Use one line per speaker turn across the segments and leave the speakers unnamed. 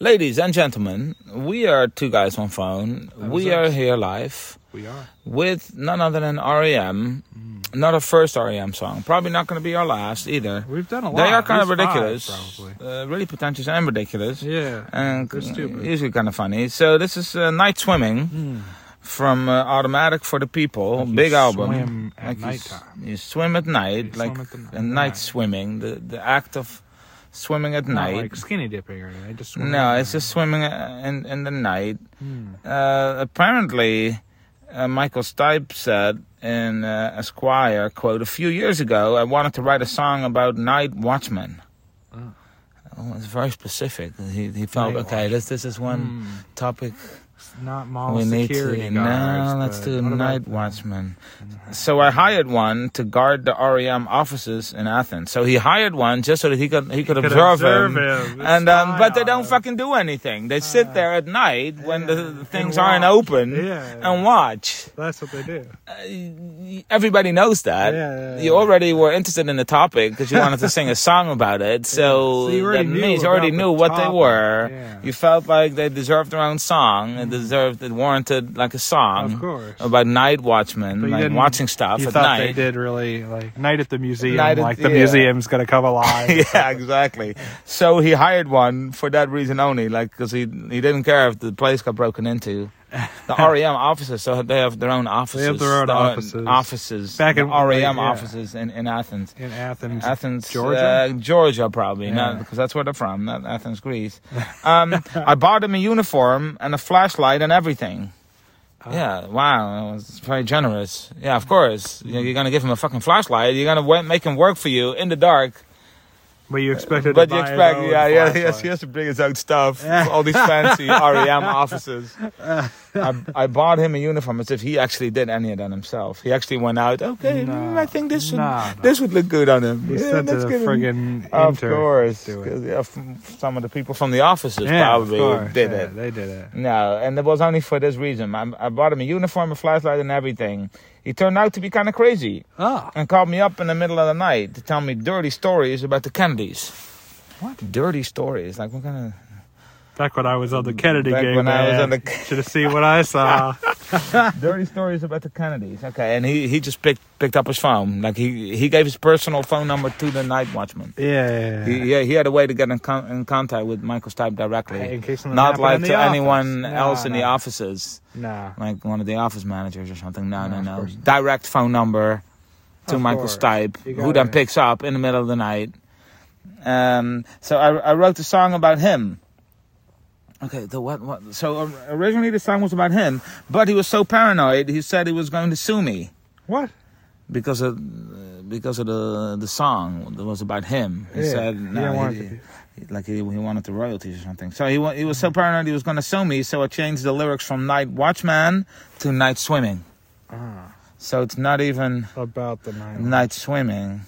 Ladies and gentlemen, we are two guys on phone.
That was
we
us.
are here live
We are.
with none other than REM.
Mm.
Not our first REM song. Probably not going to be our last either.
We've done a lot.
They are kind of
At least five,
ridiculous, uh, really pretentious and ridiculous,
probably. Yeah.
and uh,
They're stupid. Hmm.
usually kind of funny. So this is uh, "Night Swimming" from uh, Automatic for the People,
Like you
big album.
swim at
you s-
nighttime.
You, swim at night,
You
like
swim at the night.
and night swimming. The the act of swimming at
Not
night.
like skinny dipping or anything. Just swim
no,
around.
it's just swimming uh, in in the night.
Hmm.
Uh, apparently, uh, Michael Stipe said in uh, Esquire, quote, a few years ago, I wanted to write a song about night watchmen.
Oh.
Oh, it's very specific. He, he felt,
Night
okay, this, this is one
Hmm.
topic
It's not mall
we need
security
to...
guards.
no, let's
but
do
what about Mm-hmm.
night
the-
watchman. So I hired one to guard the REM offices in Athens. So he hired one just so that he could, he could,
Could
observe, him.
him.
And
Spy
um, but they
on
don't
him.
fucking do anything. They sit there at night when the,
yeah,
the
and
things aren't
watch.
open
Yeah.
and watch.
That's what they do.
Uh, everybody knows that.
Yeah, yeah,
You
yeah.
already were interested in the topic because you wanted to sing a song about it. So,
So you already
that
knew
means you already
about
knew
the
what they
topic,
were.
yeah. Mm-hmm.
You felt like they deserved their own song and deserved it warranted like a
Of
song
course.
about night watchmen,
But you
like
didn't-
Um, watching stuff
you
at
thought they
night.
did really like night at the museum.
Night at-
like the
yeah.
museum's gonna come alive.
yeah, exactly. So he hired one for that reason only, like because he he didn't care if the place got broken into. The REM offices, so they have their own offices.
their own
the, uh,
offices.
Offices.
Back
the
in-
REM
yeah.
offices in, in Athens.
In Athens,
Athens, uh,
Georgia?
Georgia, probably,
Yeah.
because that's where they're from, not Athens, Greece. Um, I bought him a uniform and a flashlight and everything.
Oh.
Yeah, wow, that was very generous. Yeah, of course. You- You're gonna give him a fucking flashlight. You're gonna wa- make him work for you in the dark.
but you expected.
But
to
you
buy
expect,
his own
yeah, yeah, he has,
flashlight.
he has to bring his own stuff. all these fancy REM offices. I, I bought him a uniform as if he actually did any of that himself. He actually went out. Okay,
No,
mm, I think this would
no, no.
this would look good on him.
He
Yeah,
sent to
let's
the
get him-
friggin'
Of
inter-
course,
do it.
'cause, yeah, from- some of the people from the offices
Yeah, of
probably
course.
did
Yeah,
it.
They did it.
No, and it was only for this reason. I, I bought him a uniform, a flashlight, and everything. He turned out to be kind of crazy
Oh,
and called me up in the middle of the night to tell me dirty stories about the Kennedys.
What?
Dirty stories? Like what kind of?
back when I was on the Kennedy
Back
game.
when I was
man.
on the-
should have seen what I saw.
Dirty stories about the Kennedys. Okay, and he, he just picked picked up his phone. Like he, he gave his personal phone number to the night watchman.
yeah.
He, yeah, he had a way to get in, con- in contact with Michael Stipe directly.
Hey, in case something
Not
happened
like
in the
to
office.
anyone
No,
else in the
no.
offices,
nah.
like one of the office managers or something. No,
No,
no,
of
no.
course not.
Direct phone number to
Of
Michael
course.
Stipe,
You
who then
gotta-
picks up in the middle of the night. Um, so I, I wrote a song about him. Okay, the what, what? So or- originally the song was about him, but he was so paranoid he said he was going to sue me
What?
because of because of the the song that was about him. He
Yeah,
said
he
no,
didn't want
he-
it to be-
like he, he wanted the royalties or something. So he wa- he was so paranoid he was going to sue me. So I changed the lyrics from Night Watchman to Night Swimming.
Ah,
So it's not even
about the nine.
Night Swimming,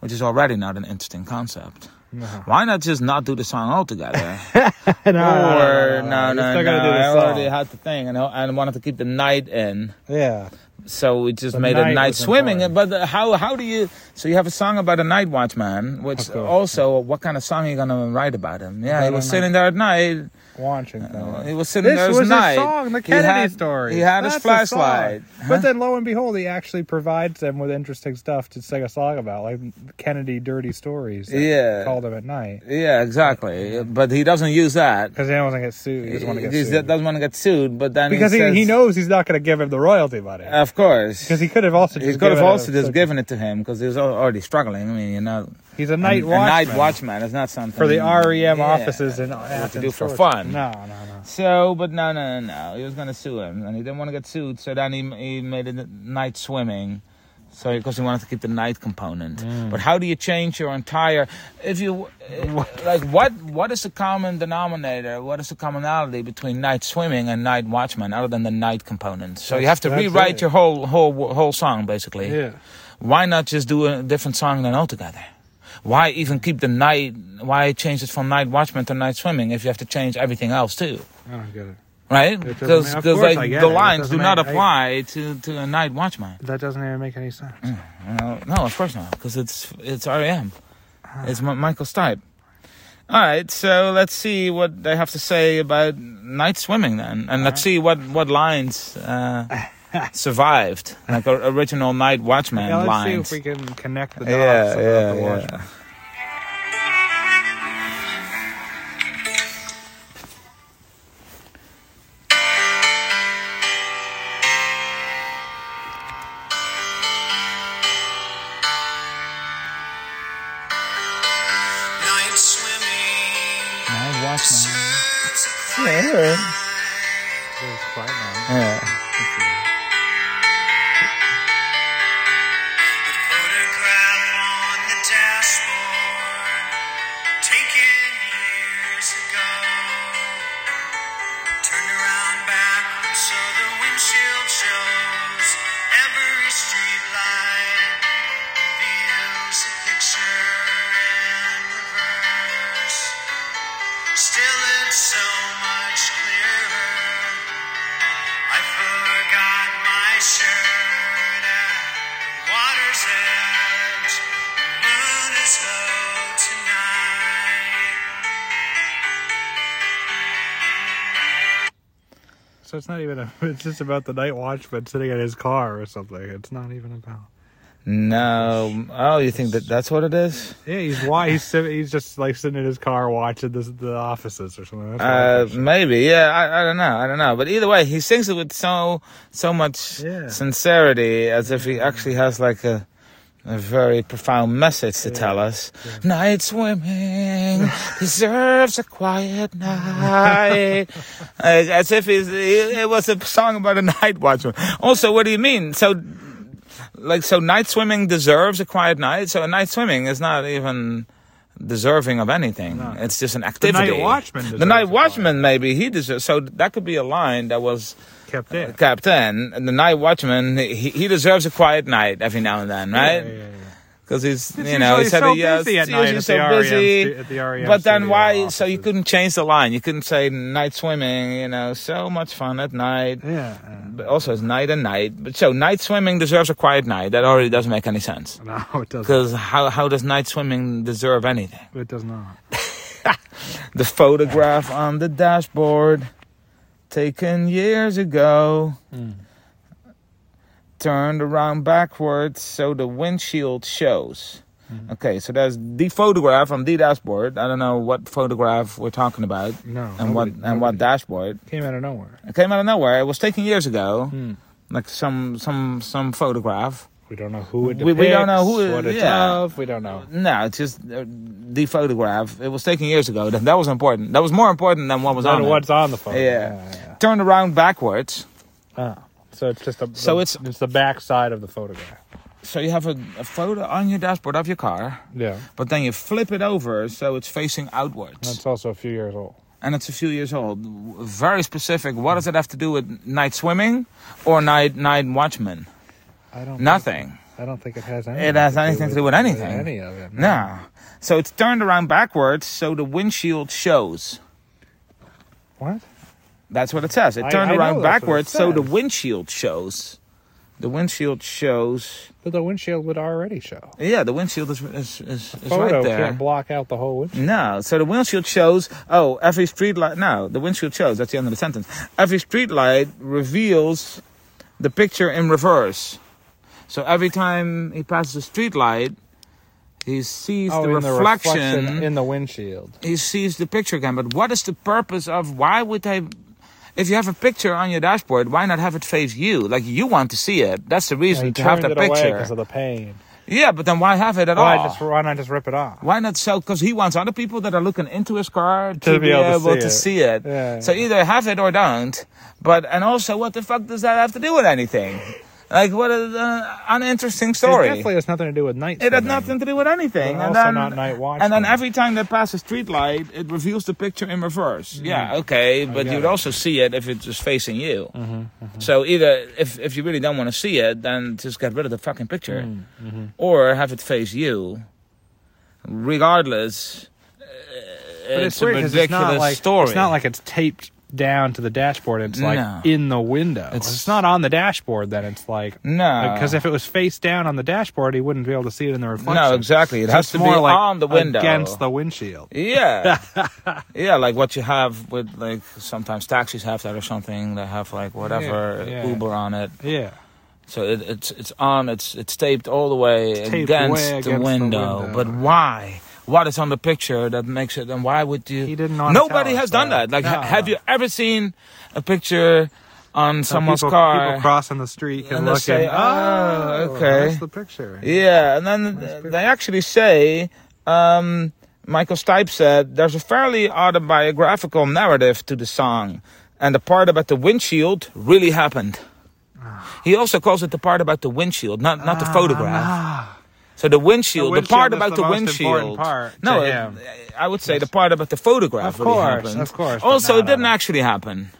which is already not an interesting concept.
No.
Why not just not do the song altogether?
no,
or no, no, no.
You're still gonna do
I
the song.
already had the thing, and I and wanted to keep the night in.
Yeah.
So we just
The
made a
night
night
was
swimming.
important.
But uh, how how do you? So you have a song about a night watchman, which
Of course.
also what kind of song are you gonna write about him? Yeah, he
About
was
a
sitting there at night.
Watching
Uh,
them.
He was sitting there
this
at
was
night.
his song, the
He
Kennedy
had-
story.
He had his
That's the song.
flashlight.
But then, lo and behold, he actually provides them with interesting stuff to sing a song about, like Kennedy dirty stories. that
Yeah.
Called him at night
Yeah, exactly. But he doesn't use that.
because he doesn't want to get sued. He doesn't want to get
He
sued.
doesn't want to get sued. But then
because
he,
he,
says,
he knows he's not going to give him the royalty money.
Of course.
Because he could have also
He
just
could have
given it
also
a-
just given it to him because he was al- already struggling. I mean, you know,
He's a night
a,
watchman.
a night watchman is not something
for the E REM
Yeah.
offices in Athens.
do for
Georgia.
fun.
No, no, no.
So, but no, no, no, no. He was gonna sue him, and he didn't want to get sued. So then he he made it night swimming, so because he wanted to keep the night component.
Mm.
But how do you change your entire? If you uh, like, what what is the common denominator? What is the commonality between night swimming and night watchman, other than the night component? So you have to
That's- that's
rewrite
it.
your whole whole whole song basically.
Yeah.
Why not just do a different song than altogether? Why even keep the night? Why change it from night watchman to night swimming if you have to change everything else too?
I don't get it.
right?
doesn't
Because
make- of course
like
I get
the
it. It
lines do
doesn't
not
make- I-
apply to, to a night watchman.
That doesn't even make any sense.
You know? No, of course not, because it's it's REM, it's M- Michael Stipe. All right, so let's see what they have to say about night swimming then, and let's see what what lines uh, survived, like or- original night watchman
Yeah, let's
lines.
see if we can connect the dots.
yeah,
about
yeah,
the
yeah.
watch.
Night swimming
Night watchman.
deserves a
Yeah.
It's quite nice.
yeah.
photograph on the dashboard taken years ago. Turned around backwards so the windshield shows every street light reveals a picture in reverse. Still, it's so much clearer. I forgot my shirt at water's edge. Moon is low tonight.
So it's not even. A, it's just about the night watchman sitting in his car or something. It's not even about.
No. Oh, you think that that's what it is?
Yeah, he's why he's sit- he's just like sitting in his car watching this, the offices or something. That's
Uh,
what it is.
maybe. Yeah. I, I don't know. I don't know. But either way, he sings it with so so much
Yeah.
sincerity, as if he actually has like a a very profound message to tell us. Night swimming deserves a quiet night. Uh, as if he's, it was a song about a night watchman. Also, what do you mean? So. Like so, night swimming deserves a quiet night. So, night swimming is not even deserving of anything. It's just an
The
activity.
night watchman
The
deserves
night
a quiet
watchman, maybe he deserves. So that could be a line that was
kept in.
kept in. And the night watchman, he, he deserves a quiet night every now and then,
Yeah,
right?
yeah, yeah.
Because he's,
It's
you know,
usually
he's had
so
a yeah,
busy at
it's
night
usually
at
so
the REM
busy.
stu- at the REM
but then
studio
why? So you
offices.
couldn't change the line. You couldn't say night swimming. You know, so much fun at night.
Yeah, yeah.
But also, it's night and night. But so night swimming deserves a quiet night. That already doesn't make any sense.
No, it doesn't.
Because how how does night swimming deserve anything?
It does not.
The photograph on the dashboard, taken years ago,
Hmm.
turned around backwards so the windshield shows.
Hmm.
Okay, so there's the photograph on the dashboard. I don't know what photograph we're talking about
No.
and what
nobody-
and what
nobody-
dashboard.
came out of nowhere.
It came out of nowhere. It was taken years ago,
Hmm.
like some some some photograph.
We don't know who it
We-
depicts,
we don't know who it-
what it's
yeah.
of. We don't know.
No, it's just uh, the photograph. It was taken years ago. That, that was important. That was more important than what was
Not
on it.
what's on the phone.
Yeah.
yeah.
Turned around backwards.
Ah, so it's just a.
So
the-
it's-
it's the back side of the photograph.
So you have a, a photo on your dashboard of your car,
Yeah,
but then you flip it over so it's facing outwards.
that's also a few years old.
and it's a few years old. Very specific. What does it have to do with night swimming or night night watchman?
I don't.
Nothing.
Think, I don't think it has anything.
It has anything to do with anything.
Any of it.
No. So it's turned around backwards so the windshield shows.
What?
That's what it says. It
I-
turned
I know
around
that's what it
backwards so the
says.
windshield shows. The windshield shows.
But the windshield would already show.
Yeah, the windshield is is is, is
Photo
right there.
can't block out the whole windshield.
No, so the windshield shows. Oh, every street light. No, the windshield shows. That's the end of the sentence. Every street light reveals the picture in reverse. So every time he passes a street light, he sees the,
Oh, in
reflection,
in the windshield.
He sees the picture again. But what is the purpose of? Why would they? If you have a picture on your dashboard, why not have it face you? Like you want to see it. That's the reason
he
to have
turned
the
it away
picture. Oh.
because of the pain.
yeah, but then why have it at
Why
all?
just why not just rip it off?
Why not sell? Because he wants other people that are looking into his car to,
be able to see
to
it.
see it.
Yeah.
So either have it or don't. But and also, what the fuck does that have to do with anything? Like what an uninteresting story.
It definitely has nothing to do with night.
It had
swimming.
nothing to do with anything.
But
and
also
then,
not night watch
and then
then.
every time they pass a street light, it reveals the picture in reverse. Yeah, okay, but
Mm-hmm. get
you'd
it. Mm-hmm,
also see it if it's just facing you. So either if if you really don't want to see it, then just get rid of the fucking picture,
Mm, mm-hmm.
or have it face you. Regardless, uh,
But
it's,
it's, weird
a
'cause
ridiculous
it's not like,
story.
It's not like it's taped down to the dashboard. It's like
No.
in the window. It's,
It's-
it's not on the dashboard. Then it's like
No.
because if it was face down on the dashboard, he wouldn't be able to see it in the reflection.
No, exactly. It
So
has
it's
to be
more like
on the window.
against the windshield.
Yeah. yeah, like what you have with like sometimes taxis have that or something. They have like whatever
Yeah, yeah.
Uber on it.
Yeah,
So it, it's it's on. It's it's taped all the way
taped
against,
way
the,
against the
window.
window.
But why? What is on the picture that makes it? And why would you?
He didn't wanna
Nobody
tell
has
us
done
that.
that. Like, ha-
No.
have you ever seen a picture on
Some
someone's
people,
car?
people crossing the street can
And they
look
say,
and,
"Oh,
"Oh,
okay."
that's the picture.
Yeah, and then th- they actually say um, Michael Stipe said there's a fairly autobiographical narrative to the song, and the part about the windshield really happened.
Ah.
He also calls it the part about the windshield, not not the photograph.
Ah,
So the windshield, the,
The windshield
part
is
about
the
the,
most
windshield.
important part to
no,
him.
uh, I would say the part about the photograph.
Of
really
course,
happened.
of course, but
Also,
not
it didn't
on-
actually happen.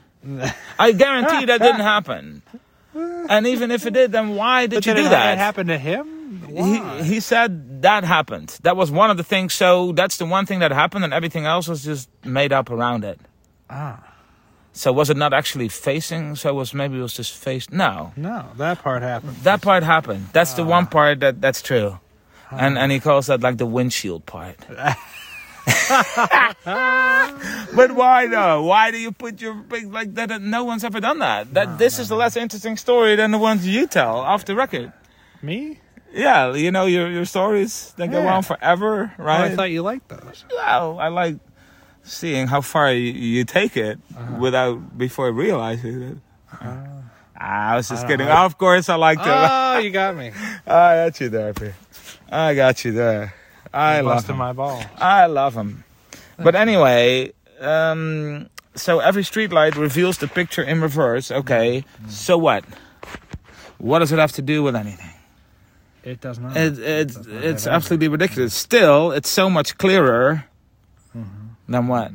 I guarantee that didn't happen. And even if it did, then why did
but
you
did
do
it-
that?
happen to him?
he,
Why?
he said that happened. That was one of the things. So that's the one thing that happened, and everything else was just made up around it.
Ah.
So was it not actually facing? So it was maybe it was just faced. No,
No, that part happened.
that part happened. That's the
Ah.
one part that that's true, and and he calls that like the windshield part. but why though? Why do you put your big like that? No one's ever done that. That this is a less interesting story than the ones you tell off the record.
Me?
Yeah, you know your your stories that go
Yeah.
on forever,
Oh,
right?
I thought you liked those.
well, I like seeing how far you, you take it without before realizing it. Ah, Uh-huh. I was just
I
kidding.
don't know.
Of course, I like to.
Oh, you got me.
I got you there, P. I got you there. I
I
love
busted
him.
my ball.
I love him. But anyway, um, so every streetlight reveals the picture in reverse. Okay, so what? What does it have to do with anything?
It does not.
It, it's
That's not
it's
bad.
absolutely ridiculous. Still, it's so much clearer
Mm-hmm.
than what?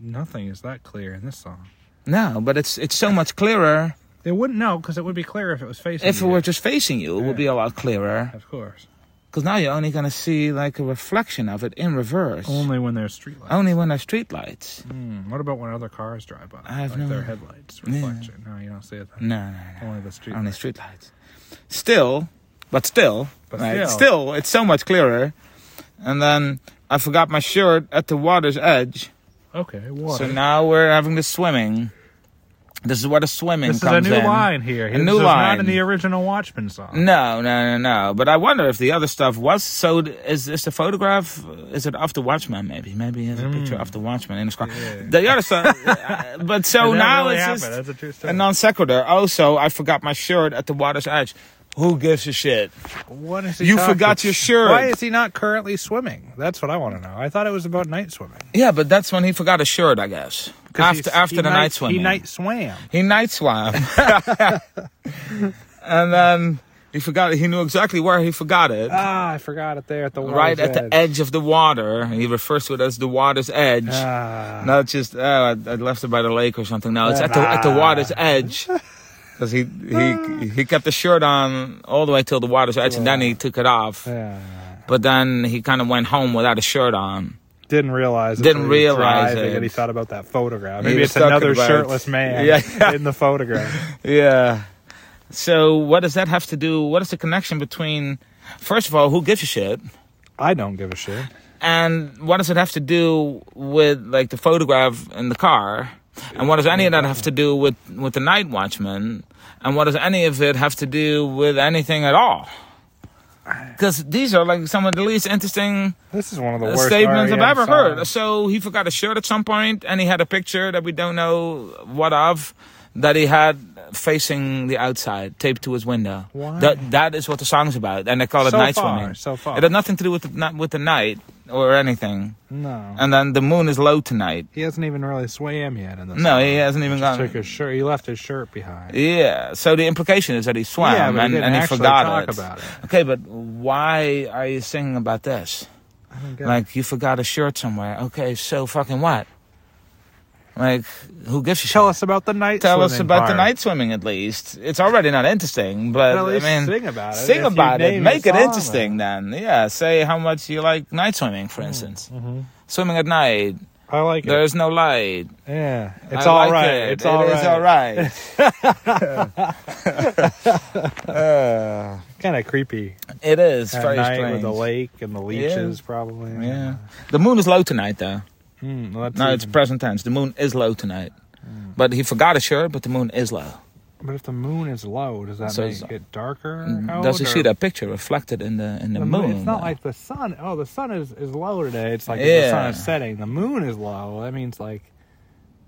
Nothing is that clear in this song.
No, but it's it's so much clearer.
They wouldn't know because it would be clear if it was facing.
If it
you.
were just facing you, it would be a lot clearer.
of course,
Because now you're only going to see like a reflection of it in reverse.
only when there's streetlights.
Only when there's streetlights.
Hmm, what about when other cars drive by?
I have
like
no
their
idea.
headlights reflection. No, you don't see it. Then.
No, no, no.
Only the street.
Only streetlights. Still, but still,
But
right,
still.
still, it's so much clearer. And then I forgot my shirt at the water's edge.
Okay, water.
So now we're having the swimming. This is where the swimming
this is a
comes
new
in.
line here. This
new
is
line.
not in the original Watchmen song.
No, no, no, no. But I wonder if the other stuff was. So th- is is the photograph? Is it of the Watchman? Maybe, maybe it's a
Mm.
picture of the Watchman in the sky. The other stuff. uh, but so
It didn't
now
really
it's
happened.
just
That's a true story.
a non sequitur. Also, I forgot my shirt at the water's edge. Who gives a shit?
What is he
You
talking-
forgot your shirt.
Why is he not currently swimming? That's what I want to know. I thought it was about night swimming.
Yeah, but that's when he forgot his shirt, I guess.
'Cause
After
he's-
after
he
the night, swimming,
He night swam.
he night swam, and then he forgot. He knew exactly where he forgot it.
Ah, I forgot it there at the
Right at
water's
the edge of the water, he refers to it as the water's edge.
Ah,
Not just oh, I, I left it by the lake or something. No, it's at the at the water's edge. Because he he he kept the shirt on all the way till the water's edge, and then he took it off.
yeah.
But then he kind of went home without a shirt on.
Didn't realize. It
Didn't
till he was
realize
driving
it.
And he thought about that photograph.
He
Maybe
was
it's
talking
another
about-
shirtless man
Yeah.
in the photograph.
Yeah. So what does that have to do? What is the connection between? First of all, who gives a shit?
I don't give a shit.
And what does it have to do with like the photograph in the car? And what does any of that have to do with with the night watchman? And what does any of it have to do with anything at all? Because these are like some of the least interesting
This is one of the
uh,
worst
statements I've
REM
ever heard.
songs.
So he forgot a shirt at some point, and he had a picture that we don't know what of that he had facing the outside, taped to his window.
Why?
That that is what the song's about, and they call it
So
night
far,
swimming.
so far.
It had nothing to do with the, ni- with the night or anything.
No,
And then the moon is low tonight.
he hasn't even really swam yet in this.
No, he hasn't even
took
gone.
his shirt. He left his shirt behind.
Yeah. So the implication is that he swam
yeah, but
and,
he didn't
and he
actually
forgot
talk
it.
about it.
Okay, but why are you singing about this?
I don't get
Like you forgot a shirt somewhere. Okay, so fucking what? Like who gives a
it. tell
shit?
us about the night.
Tell us
swimming
about the
part.
night swimming at least. It's already not interesting, but
At least
I mean,
sing about it.
sing
if you
about it.
name
Make
the
it
song. Mm-hmm.
interesting then. Yeah, say how much you like night swimming, for instance. Swimming at night.
I like it.
There's no light.
Yeah, it's
I
all
like
right.
it.
It's all
It
right.
is all right. Uh,
Kind of creepy.
it is
At
very
night
strange.
with the lake and the leeches, probably.
Yeah. The moon is low tonight, though.
Hmm, well, that's
No, it's
even-
present tense. The moon is low tonight.
Mm.
But he forgot a shirt, but the moon is low.
but if the moon is low, does that
So
make
it's- Mm,
it darker? out,
Does he see
or-
that picture reflected in the in the,
The
moon?
moon, it's not
though?
like the sun. Oh, the sun is, is low today. It's like if the
Yeah.
sun is setting. The moon is low. That means like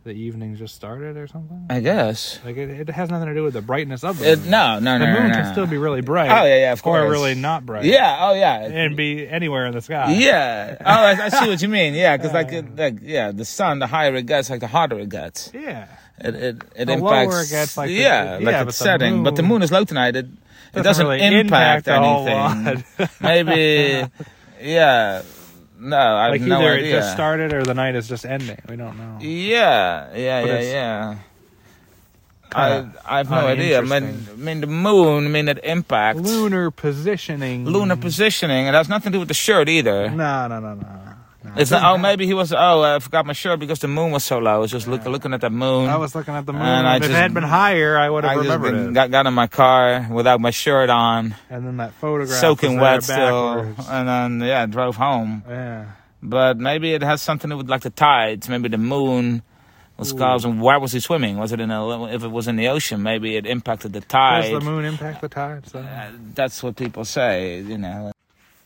the evening just started or something.
I guess.
Like it, it has nothing to do with the brightness of the
It,
moon.
no, no,
the
no.
moon
no,
can
no.
still be really bright.
Oh yeah, yeah, of course.
Or really not bright.
Yeah. Oh yeah.
and be anywhere in the sky.
Yeah. Oh, I, I see what you mean. Yeah, because like, it- like, yeah, the sun, the higher it gets, like the harder it gets.
yeah.
It it, it
The lower
impacts.
it gets, like, the-
yeah,
yeah,
like
but
it's
the
setting. but the
moon
moon is low tonight. It it
doesn't
doesn't
really
impact,
impact a whole
anything. Maybe. Yeah. No, I
Like
have no
either
idea.
it just started or the night is just ending. We don't know.
Yeah, yeah,
But
yeah,
it's
yeah. I
kinda
I have no idea. I mean, I
uninteresting.
mean the moon, I mean that impact,
Lunar positioning.
lunar positioning. It has nothing to do with the shirt either.
No, no, no, no. no.
It's not, oh maybe he was oh I forgot my shirt because the moon was so low. I was just look, looking at that moon.
I was looking at the moon.
And I
if
just-
it had been higher, I would
I
have
just
remembered
didn't-
it.
got got in my car without my shirt on,
and then that photograph
soaking wet
was there
still, Uh,
backwards.
and then yeah drove home.
yeah.
But maybe it has something to do with like the tides. Maybe the moon was
Ooh.
causing. Why was he swimming? Was it in a? If it was in the ocean, maybe it impacted the
Does
tide.
the moon impact the tides? though?
Uh, that's what people say, you know.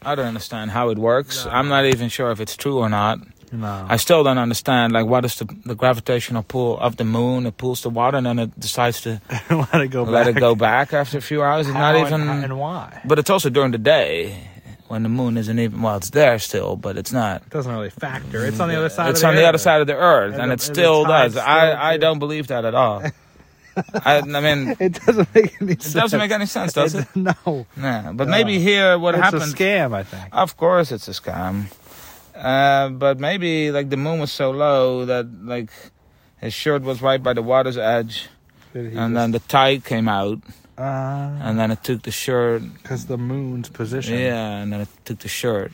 I don't understand how it works. I'm not even sure if it's true or not.
no.
I still don't understand, like, what is the, the gravitational pull of the moon? It pulls the water and then it decides to
let it go
let
back.
it go back after a few hours. It's
How
not
and-
even.
And why?
but it's also during the day when the moon isn't even. Well, it's there still, but it's not.
It doesn't really factor. It's on the other side
it's
of the
on the
earth.
other side of the earth and,
And the-
it
and the
still does.
tides still
I, I
do.
don't believe that at all. I, I mean, it
It doesn't make any sense.
doesn't make any sense, does it?
No.
Nah. But
No.
maybe here what
it's
happened.
a scam, I think.
Of course, it's a scam. Uh, but maybe like the moon was so low that like his shirt was right by the water's edge,
Did he
and then the tide came out,
Because
and then it took the shirt.
the moon's position.
Yeah, and then it took the shirt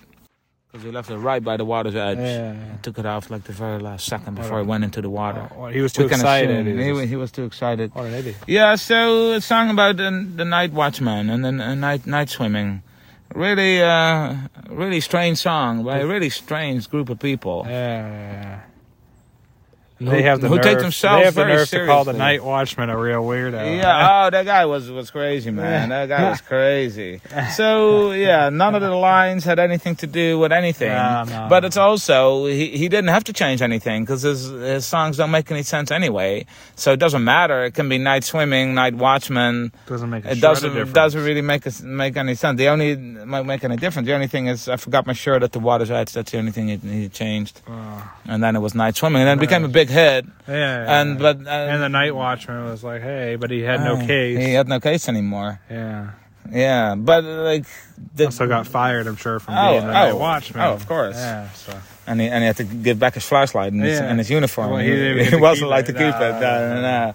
because he left it right by the water's edge.
Yeah.
Took it off like the very last second before
What a-
it went into the water.
Oh, he was
We
too
can
excited.
assume-
He
He,
was
wa- he was too excited.
what an idiot.
Yeah, so a song about the, the night watchman and then uh, night night swimming. Really, uh, really strange song by a really strange group of people.
Yeah.
Who-
They have the
who
nerve,
take themselves
they have the
very
nerve to call the
seriously.
night watchman a real weirdo.
Yeah, oh, that guy was was crazy, man. That guy was crazy. So yeah, none of the lines had anything to do with anything.
No, no.
But it's also he, he didn't have to change anything because his his songs don't make any sense anyway. So it doesn't matter. It can be night swimming, night watchman.
doesn't make a
It
shred of
doesn't
difference.
doesn't really make us make any sense. The only might make any difference. The only thing is I forgot my shirt at the water's edge. That's the only thing he, he changed.
Oh.
And then it was night swimming, and then it became a big hit.
Yeah, yeah,
And
yeah.
but uh,
and the night watchman was like, hey, but he had no
uh,
case.
He had no case anymore.
yeah,
Yeah, but like the
also got fired. I'm sure from
Oh,
being the night
oh,
watchman.
oh, of course.
Yeah, so
and he, and he had to give back his flashlight and, his,
Yeah.
and his uniform.
Well, he
he
didn't get to
wasn't
keep
like
it.
to keep
No,
it. No,
no,
no, no.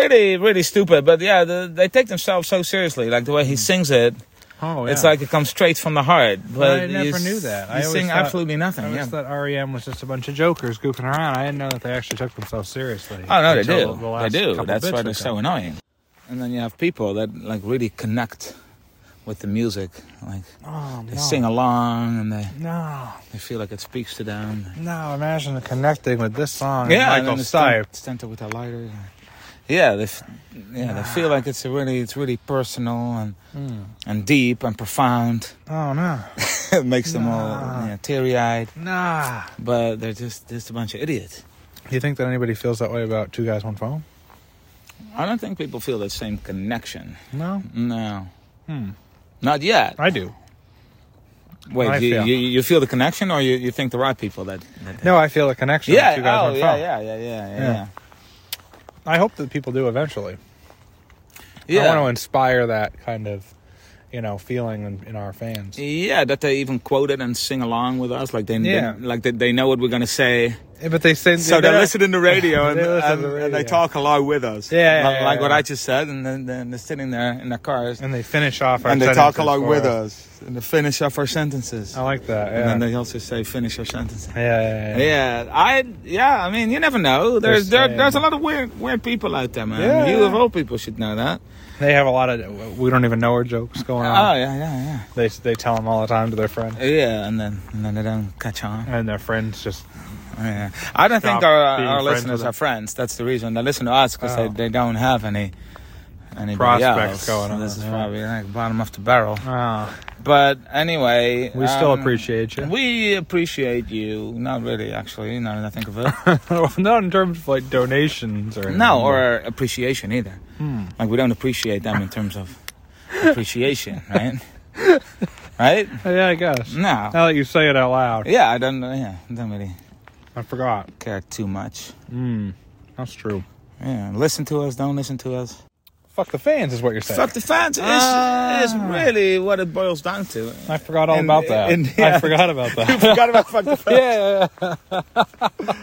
Really, really stupid. But yeah, the, they take themselves so seriously. Like the way he
Mm.
sings it,
oh,
it's
yeah.
like it comes straight from the heart. But
I
you
never
s-
knew that. I
You
always
sing
thought-
absolutely
I
nothing.
always
Yeah.
thought REM E was just a bunch of jokers goofing around. I didn't know that they actually took themselves seriously.
Oh no, they
until
do.
the last
they do.
couple
That's
bits
why
with
they're
them.
so annoying. And then you have people that like really connect with the music. Like
Oh,
they
no.
sing along and they,
No,
they feel like it speaks to them.
no. Imagine connecting with this song.
yeah,
and Michael
and stand,
Stipe.
stand up with a lighter. Yeah, they, f- yeah, they feel like it's a really, it's really personal and, and deep and profound.
Oh no,
it makes them
Nah.
all yeah, teary-eyed,
nah.
but they're just just a bunch of idiots.
Do you think that anybody feels that way about Two Guys One Phone?
I don't think people feel that same connection.
No,
No,
Hmm.
not yet.
I do. I
Wait, you,
feel-
you you feel the connection, or you, you think the right people that? that
No, I feel a connection.
yeah,
with Two Guys
oh,
One
yeah,
Phone.
yeah, yeah, yeah,
Yeah.
yeah,
I hope that people do eventually.
yeah.
I want to inspire that kind of, you know, feeling in, in our fans.
Yeah, that they even quote it and sing along with us, like they,
Yeah.
they like they, they know what we're gonna say.
Yeah, Eh, But they send.
So they're listening to radio and,
They listen
and,
to
and they
radio.
talk along with us.
Yeah,
like,
yeah,
like what
yeah.
I just said, and then, then they're sitting there in their cars and,
And they finish off. Our
they talk
sentences
along
for
with us and they finish off our sentences.
I like that. Yeah.
And then they also say finish our sentences.
yeah, yeah, yeah, yeah.
Yeah, I yeah, I mean you never know. There's there,
saying-
there's a lot of weird weird people out there, man.
Yeah.
You of all people should know that.
They have a lot of. We don't even know our jokes going
Oh
on.
yeah, yeah,
They they tell them all the time to their friends,
yeah, yeah, and then and then they don't catch on.
and their friends just.
Yeah. I don't think
Stop
our, uh,
being
our
friends
listeners
with
are
them.
friends. That's the reason they listen to us because
Oh.
they, they don't have any any else.
Prospects going on,
This is
yeah.
probably like bottom of the barrel.
Oh,
But anyway,
we still
um,
appreciate you.
We appreciate you. Not really, actually. Now that I think of it,
Not in terms of like donations or anything.
no, or appreciation either. Like we don't appreciate them in terms of appreciation, right? right?
yeah, I guess.
No.
Now that you say it out loud,
Yeah, I don't. uh, Yeah, don't really
I forgot.
care too much.
Mm, that's true.
Yeah, listen to us. Don't listen to us.
Fuck the fans is what you're saying.
Fuck the fans. It's, it's really what it boils down to.
I forgot all
In-
about that.
in-
I forgot about that.
forgot about fuck the fans.
yeah, yeah, yeah.